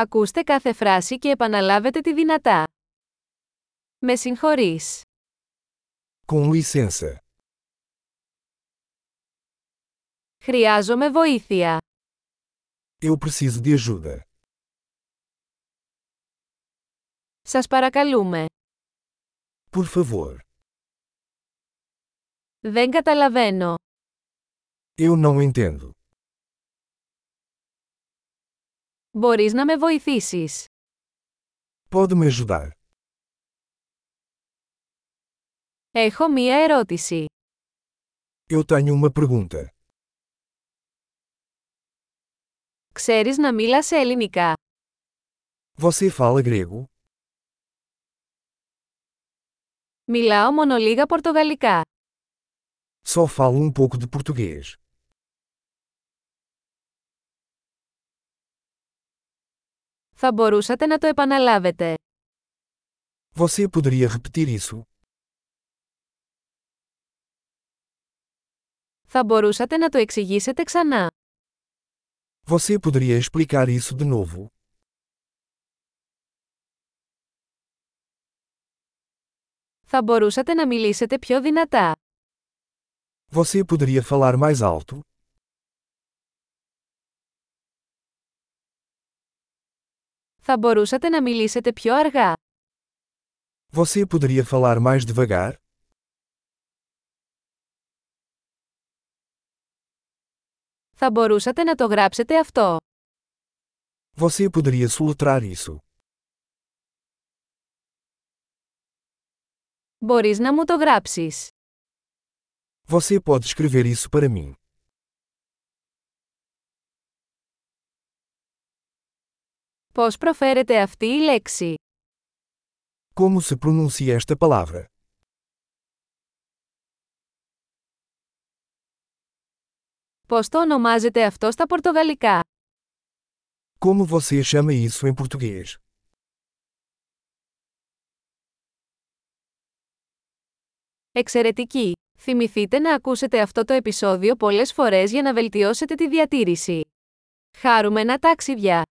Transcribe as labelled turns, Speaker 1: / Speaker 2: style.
Speaker 1: Ακούστε κάθε φράση και επαναλάβετε τη δυνατά. Με συγχωρείς.
Speaker 2: Com licença.
Speaker 1: Χρειάζομαι βοήθεια.
Speaker 2: Eu preciso de ajuda.
Speaker 1: Σας παρακαλούμε.
Speaker 2: Por favor.
Speaker 1: Δεν καταλαβαίνω.
Speaker 2: Eu não entendo.
Speaker 1: Μπορείς να με βοηθήσεις.
Speaker 2: Pode me ajudar?
Speaker 1: Έχω μία ερώτηση.
Speaker 2: Eu tenho uma pergunta.
Speaker 1: Ξέρεις να μίλας ελληνικά.
Speaker 2: Você fala grego?
Speaker 1: Μιλάω μόνο λίγα πορτογαλικά.
Speaker 2: Só falo um pouco de português.
Speaker 1: Θα μπορούσατε να το επαναλάβετε.
Speaker 2: Você poderia repetir isso?
Speaker 1: Θα μπορούσατε να το εξηγήσετε ξανά.
Speaker 2: Você poderia explicar isso de novo?
Speaker 1: Θα μπορούσατε να μιλήσετε πιο δυνατά.
Speaker 2: Você poderia falar mais alto?
Speaker 1: Θα μπορούσατε να μιλήσετε πιο αργά.
Speaker 2: Você poderia falar mais devagar?
Speaker 1: Θα μπορούσατε να το γράψετε αυτό.
Speaker 2: Você poderia soletrar isso?
Speaker 1: Μπορείς να μου το γράψεις.
Speaker 2: Você pode escrever isso para mim?
Speaker 1: Πώς προφέρεται αυτή η λέξη.
Speaker 2: Como se pronuncia esta palavra?
Speaker 1: Πώς το ονομάζετε αυτό στα πορτογαλικά.
Speaker 2: Como você chama isso em português?
Speaker 1: Εξαιρετική! Θυμηθείτε να ακούσετε αυτό το επεισόδιο πολλές φορές για να βελτιώσετε τη διατήρηση. Χάρουμενα ταξίδια!